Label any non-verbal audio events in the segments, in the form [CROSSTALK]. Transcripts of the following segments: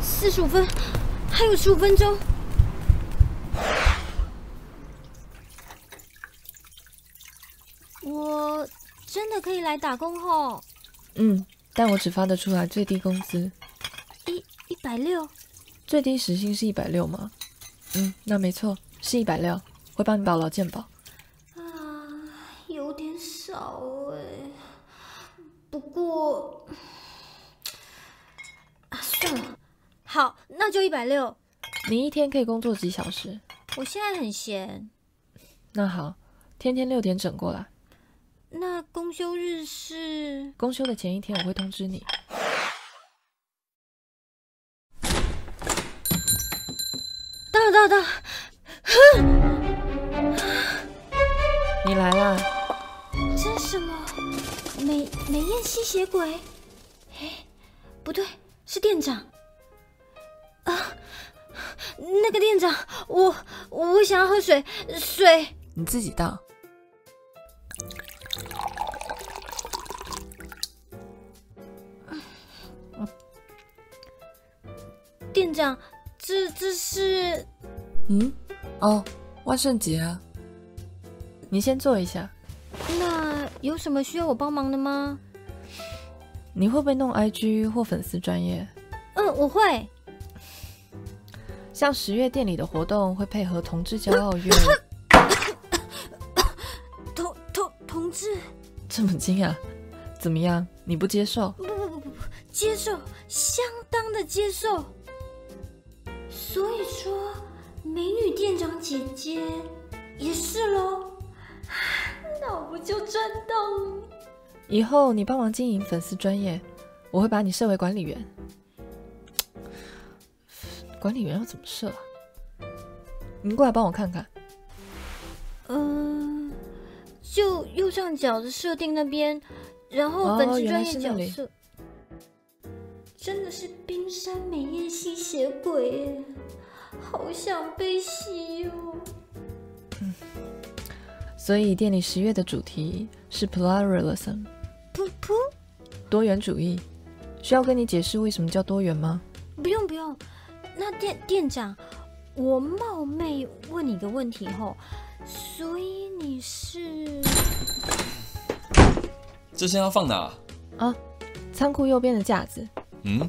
四十五分，还有十五分钟。我真的可以来打工后，嗯，但我只发得出来最低工资，一一百六。最低时薪是一百六吗？嗯，那没错，是一百六，会帮你保劳健保。啊，有点少哎、不过，啊，算了，好，那就一百六。你一天可以工作几小时？我现在很闲，那好，天天六点整过来。那公休日是公休的前一天我会通知你。到了到了到了，你来啦，这是什么？美美艳吸血鬼？哎，不对，是店长。啊，啊那个店长，我我想要喝水，水。你自己倒。店长，这这是嗯，哦，万圣节啊。你先坐一下。那有什么需要我帮忙的吗？你会不会弄 IG 或粉丝专业？嗯，我会。像十月店里的活动会配合同志骄傲月， [LAUGHS] 同同同志，这么近啊？怎么样？你不接受？不不不不不，接受，相当的接受。所以说，美女店长姐姐也是喽。 [LAUGHS] 那我不就赚到了？以后你帮忙经营粉丝专业，我会把你设为管理员。管理员要怎么设啊？你过来帮我看看。嗯、就右上角的设定那边，然后哦本职原专来业是那角里色。真的是冰山美艳吸血鬼耶，好想被吸哦！所以店里十月的主题是 pluralism 噗噗。多元主义。需要跟你解释为什么叫多元吗？不用不用，那店店长，我冒昧问你个问题吼，所以你是这先要放哪？仓库右边的架子，嗯，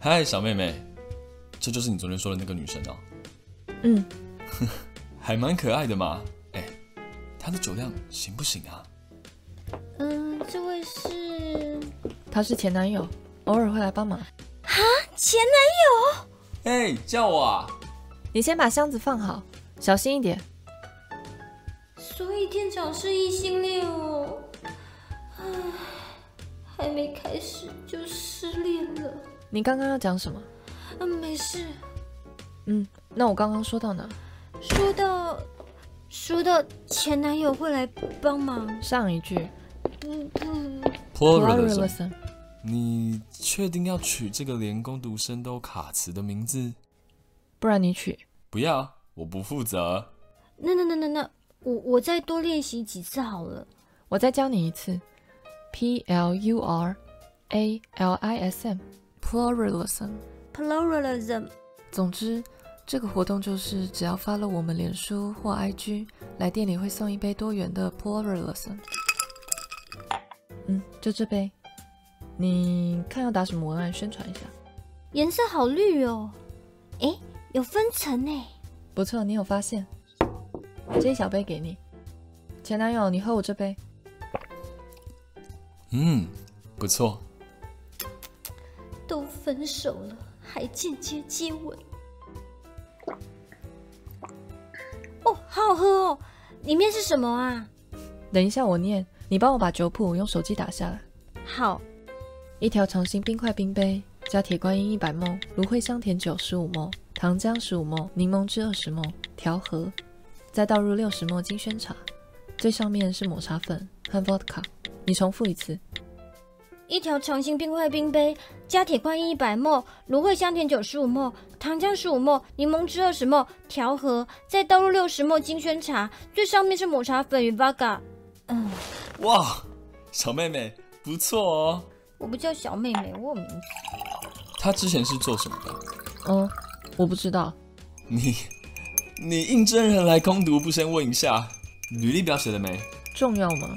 嗨，小妹妹，这就是你昨天说的那个女生哦，嗯，还蛮可爱的嘛。哎，她的酒量行不行啊？嗯，这位是他是前男友，偶尔会来帮忙。前男友，哎，叫我啊！你先把箱子放好，小心一点。所以店长是异性恋哦，唉，还没开始就失恋了，你刚刚要讲什么？嗯，没事。嗯，那我刚刚说到哪？说到说到前男友会来帮忙，嗯上一句不不， pluralism。你确定要取这个连攻读生都卡词的名字？不然你取。不要，我不负责。那那那那那，我我再多练习几次好了。我再教你一次，P L U R A L I S M pluralism。 pluralism 总之，这个活动就是只要发了我们脸书或 IG，来店里会送一杯多元的 pluralism。嗯，就这杯。你看要打什么文案宣传一下？颜色好绿哦，诶，有分层呢。不错，你有发现。这一小杯给你，前男友，你喝我这杯。嗯，不错。都分手了，还间接接吻。哦，好好喝哦！里面是什么啊？等一下我念，你帮我把酒谱用手机打下来。好，一条长形冰块冰杯，加铁观音一百梦，芦荟香甜酒十五梦，糖浆十五梦，柠檬汁二十梦，调和，再倒入六十梦金萱茶，最上面是抹茶粉和 vodka。你重复一次，一条长形冰块冰杯，加铁观音一百沫，芦荟香甜酒十五沫，糖浆十五沫，柠檬汁二十沫，调和，再倒入六十沫金萱茶，最上面是抹茶粉与 vodka。嗯，哇，小妹妹不错哦。我不叫小妹妹，我有名字。他之前是做什么的？嗯，我不知道。你你应征人来攻读，不先问一下履历表写了没？重要吗？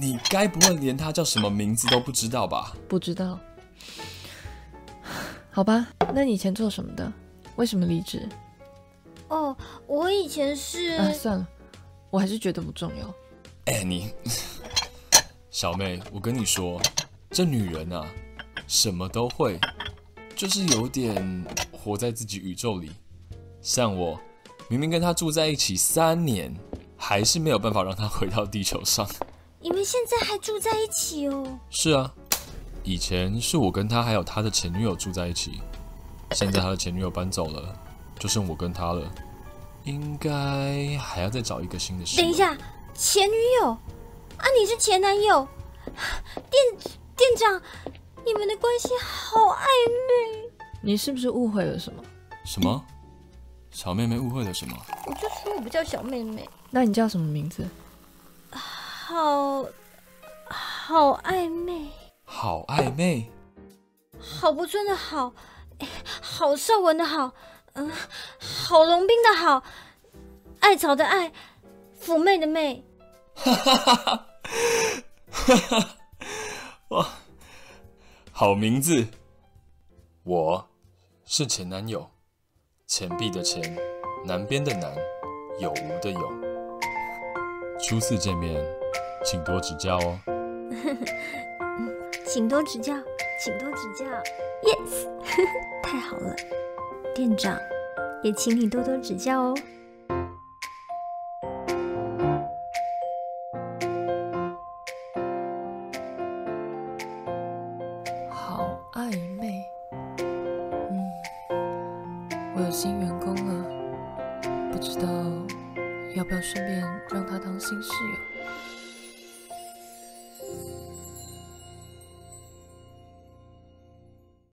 你该不会连他叫什么名字都不知道吧？不知道。好吧，那你以前做什么的？为什么离职？哦，我以前是、啊，算了，我还是觉得不重要。哎、你 [LAUGHS] 小妹，我跟你说，这女人啊，什么都会，就是有点活在自己宇宙里。像我，明明跟她住在一起三年，还是没有办法让她回到地球上。你们现在还住在一起哦？是啊，以前是我跟他还有他的前女友住在一起，现在他的前女友搬走了，就剩我跟他了。应该还要再找一个新的室友。等一，下，前女友啊，你是前男友，店店长，你们的关系好暧昧。你是不是误会了什么？什么？小妹妹误会了什么？我就说我不叫小妹妹，那你叫什么名字？好好暧昧，好暧昧，好不尊的好，哎好少文的好，嗯，郝龙斌的好，艾草的艾，妩媚的媚。好名字。我是前男友，钱币的钱，南边的南，有无的有。初次见面，请多指教哦。请多指教，请多指教。Yes，太 [LAUGHS] 好了，店长，也请你多多指教哦。好暧昧。嗯，我有新员工了，不知道要不要顺便让他当新室友。